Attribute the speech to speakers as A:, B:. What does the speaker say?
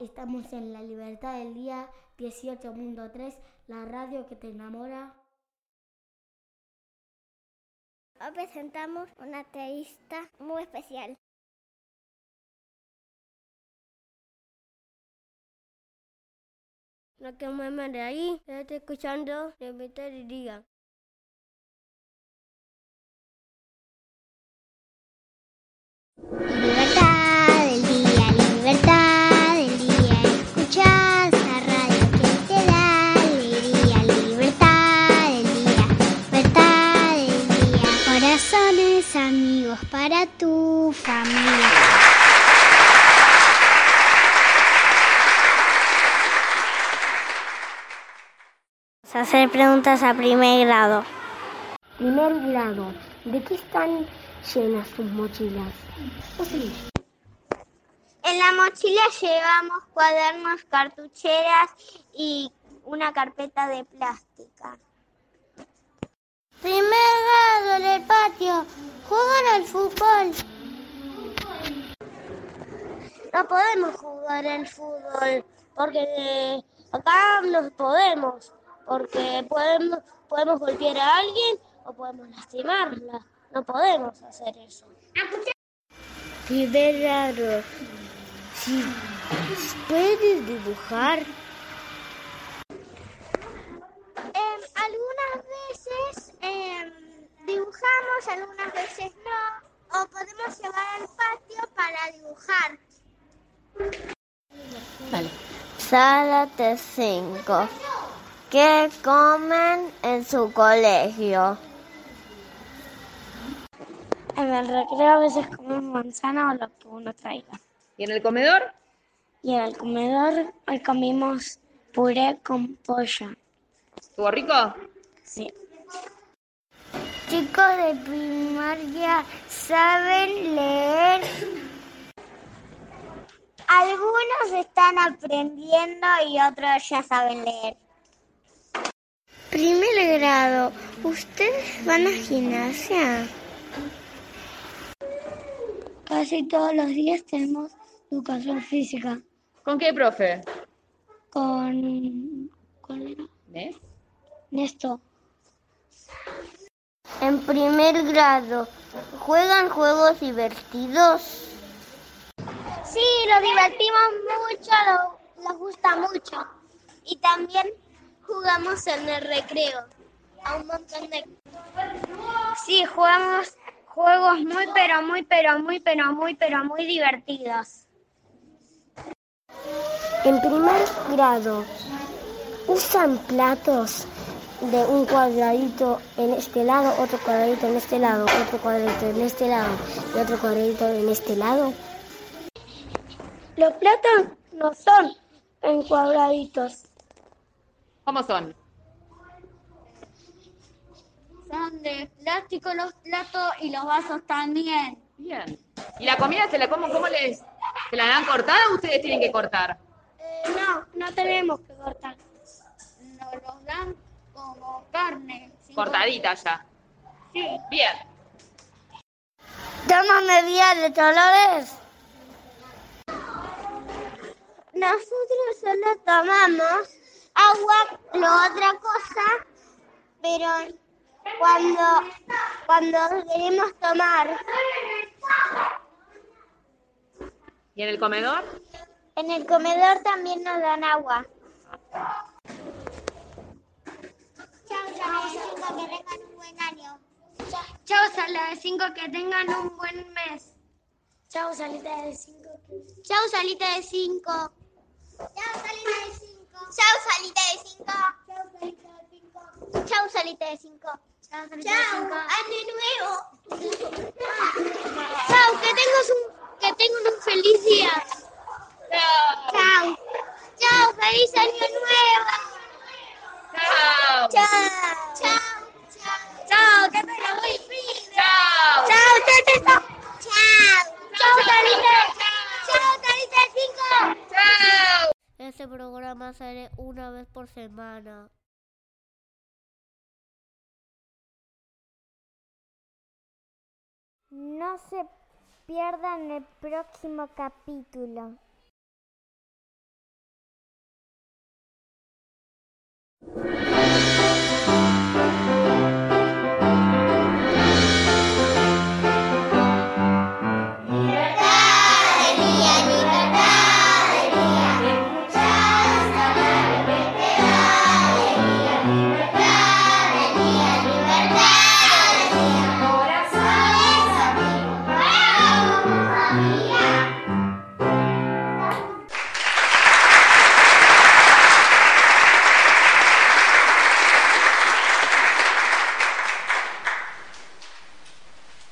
A: Estamos en La Libertad del Día 18 Mundo 3, la radio que te enamora.
B: Hoy presentamos una entrevista muy especial.
C: No te muevas de ahí, quédate escuchando La Libertad del Día.
B: Libertad del día, libertad del día, escucha esta radio que te da alegría, libertad del día, libertad del día, corazones amigos para tu familia.
C: Hacer preguntas a primer grado.
A: Primer grado, ¿de qué están llenas sus mochilas? Fósiles.
B: En la mochila llevamos cuadernos, cartucheras y una carpeta de plástica. Primer grado en el patio, juegan al fútbol. No podemos jugar al fútbol porque acá no podemos, porque podemos, podemos golpear a alguien o podemos lastimarla. No podemos hacer eso.
C: Primer grado. Si puedes dibujar,
B: Em, algunas veces em, dibujamos, algunas veces no, o podemos llevar al patio para dibujar.
C: Zárate 5. ¿Qué comen en su colegio?
B: En el recreo a veces comemos manzana o lo que uno traiga.
D: ¿Y en el comedor?
B: Y en el comedor hoy comimos puré con pollo.
D: ¿Estuvo rico?
B: Sí.
C: Chicos de primaria saben leer.
B: Algunos están aprendiendo y otros ya saben leer.
C: Primer grado. ¿Ustedes van a gimnasia?
B: Casi todos los días tenemos educación física
D: ¿Con qué, profe?
B: con... ¿Cuál era?
D: ¿Ves?
B: Néstor.
C: En primer grado. ¿Juegan juegos divertidos?
B: Sí, lo divertimos mucho, lo, nos gusta mucho. Y también jugamos en el recreo a un montón de... Sí, jugamos juegos muy, pero muy, pero muy, pero muy, pero muy divertidos.
A: En primer grado, ¿usan platos de un cuadradito en este lado, otro cuadradito en este lado, otro cuadradito en este lado y otro cuadradito en este lado?
B: Los platos no son en cuadraditos,
D: ¿Cómo son?
B: son de plástico los platos y los vasos también.
D: Bien. ¿Y la comida se la comen? ¿Cómo les? ¿Se la dan cortada o ustedes tienen que cortar?
B: No, Eh, no tenemos que cortar. Nos los dan como carne. sin
D: Cortadita ya. Sí. Bien.
C: ¿Toman bebidas de colores?
B: Nosotros solo tomamos agua, lo otra cosa, pero cuando, cuando queremos tomar
D: ¿Y en el comedor?
B: en el comedor también nos dan agua. Chao, Sala de 5, que tengan un buen año. Chao, Sala de 5, que tengan un buen mes. Chao, Salita de 5. Chao, Salita de 5. Chao, Salita de 5. Chao, Salita de 5. Chao, Salita de 5. Chao, Salita de 5. Chao, año nuevo. Chao, que tengas un, que tengan un feliz día.
D: ¡Chao!
B: Chao. Chao, feliz año nuevo.
D: ¡Chao!
B: Chao. Chao. Chao, que me la voy
D: ¡Chao!
B: Chao, chao, chao. Chao. Chao, Talita. Chao, Talita 5.
D: ¡Chao!
C: Este programa sale una vez por semana.
B: No se pierdan el próximo capítulo. Chao.